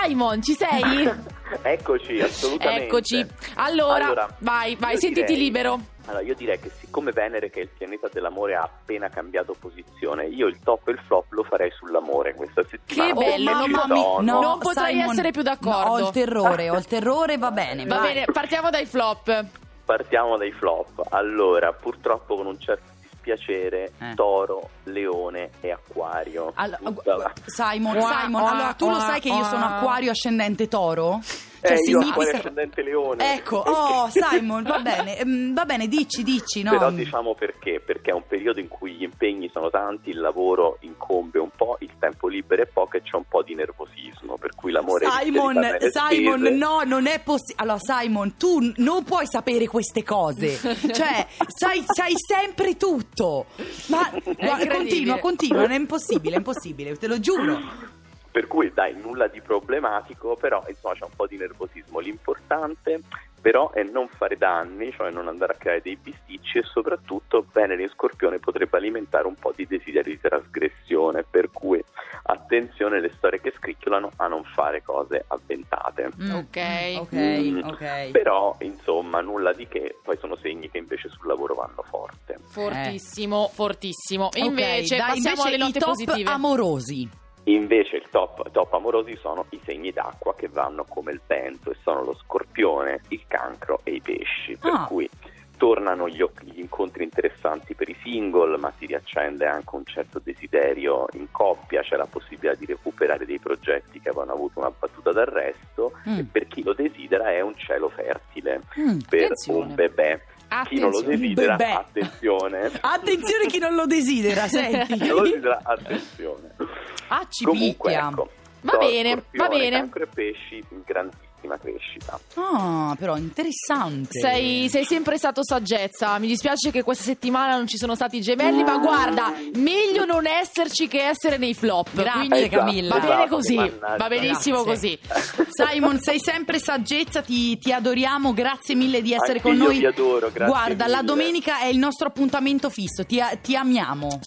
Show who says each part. Speaker 1: Simon, ci sei?
Speaker 2: Eccoci, assolutamente.
Speaker 1: Eccoci. Allora, vai, vai,
Speaker 2: io
Speaker 1: sentiti
Speaker 2: direi-
Speaker 1: libero.
Speaker 2: Allora, io direi che siccome Venere, che è il pianeta dell'amore, ha appena cambiato posizione, io il top e il flop lo farei sull'amore questa settimana.
Speaker 3: Oh,
Speaker 1: Che bello,
Speaker 2: non
Speaker 1: mamma
Speaker 2: sono.
Speaker 1: mia, no. Non potrei
Speaker 3: Simon,
Speaker 1: essere più d'accordo.
Speaker 3: no, ho il terrore, ho il terrore, va bene.
Speaker 1: Va
Speaker 3: vai.
Speaker 1: bene, partiamo dai flop.
Speaker 2: Partiamo dai flop. Allora, purtroppo con un certo dispiacere,
Speaker 3: Eh.
Speaker 2: Toro, Leone e Acquario.
Speaker 3: Allora,
Speaker 2: Tutta la-
Speaker 3: Simon,
Speaker 1: Ua,
Speaker 3: Simon,
Speaker 1: ua,
Speaker 3: allora tu lo
Speaker 1: ua,
Speaker 3: sai che io sono
Speaker 1: ua.
Speaker 3: acquario ascendente toro? Cioè,
Speaker 2: Eh, io Acquario ascendente leone.
Speaker 3: Ecco, oh Simon, va bene, ehm, va bene, dici, dici, no?
Speaker 2: Però diciamo perché, perché è un periodo in cui gli impegni sono tanti, il lavoro incombe un po', il tempo libero è poco e c'è un po' di nervosismo, per cui l'amore
Speaker 3: Simon,
Speaker 2: è
Speaker 3: Simon, no, non è possibile. Allora, Simon, tu n- non puoi sapere queste cose. Cioè, sai, sai sempre tutto. Ma guarda,
Speaker 1: incredibile.
Speaker 3: continua, continua, è impossibile, è impossibile, te lo giuro.
Speaker 2: Per cui dai, nulla di problematico, però insomma c'è un po' di nervosismo. L'importante però è non fare danni, cioè non andare a creare dei bisticci e soprattutto Venere in Scorpione potrebbe alimentare un po' di desideri di trasgressione, per cui attenzione alle storie che scricchiolano a non fare cose avventate.
Speaker 3: Mm,
Speaker 1: Ok.
Speaker 3: mm,
Speaker 2: Mm.
Speaker 3: ok, ok.
Speaker 2: Però, insomma, nulla di che, poi sono segni che invece sul lavoro vanno forte.
Speaker 1: Fortissimo, fortissimo.
Speaker 3: Ok,
Speaker 1: Eh. Invece
Speaker 3: dai,
Speaker 1: passiamo
Speaker 3: invece
Speaker 1: alle note
Speaker 3: i top
Speaker 1: positive.
Speaker 3: amorosi.
Speaker 2: Invece il top, top amorosi sono i segni d'acqua che vanno come il vento e sono lo scorpione, il cancro e i pesci, per
Speaker 3: Ah.
Speaker 2: cui tornano gli, oc- gli incontri interessanti per i single, ma si riaccende anche un certo desiderio in coppia, c'è la possibilità di recuperare dei progetti che avevano avuto una battuta d'arresto
Speaker 3: Mm.
Speaker 2: e per chi lo desidera è un cielo fertile
Speaker 3: Mm,
Speaker 2: per
Speaker 3: attenzione.
Speaker 2: un bebè. Chi non lo
Speaker 1: Attenzione.
Speaker 2: desidera,
Speaker 3: Bebè.
Speaker 2: attenzione.
Speaker 3: Attenzione chi non lo desidera, senti.
Speaker 2: Chi non lo desidera, attenzione.
Speaker 3: Ah, ci
Speaker 2: Comunque,
Speaker 3: picchia.
Speaker 2: ecco,
Speaker 1: Va
Speaker 2: Toro,
Speaker 1: bene,
Speaker 2: Scorpione,
Speaker 1: va bene.
Speaker 2: Cancro e pesci in grandissima crescita.
Speaker 3: Ah, però interessante.
Speaker 1: Sei, sei sempre stato saggezza. Mi dispiace che questa settimana non ci sono stati i gemelli, ma guarda, meglio non esserci che essere nei flop.
Speaker 3: Grazie,
Speaker 1: Quindi
Speaker 2: Esatto,
Speaker 3: Camilla.
Speaker 1: va bene
Speaker 2: esatto,
Speaker 1: così,
Speaker 2: mannaggia.
Speaker 1: va benissimo
Speaker 3: Grazie.
Speaker 1: così.
Speaker 3: Simon, sei sempre saggezza, ti, ti adoriamo, grazie mille di essere
Speaker 2: Anche
Speaker 3: con
Speaker 2: io
Speaker 3: noi.
Speaker 2: vi adoro, grazie
Speaker 3: Guarda, la
Speaker 2: mille.
Speaker 3: domenica è il nostro appuntamento fisso, ti, ti amiamo.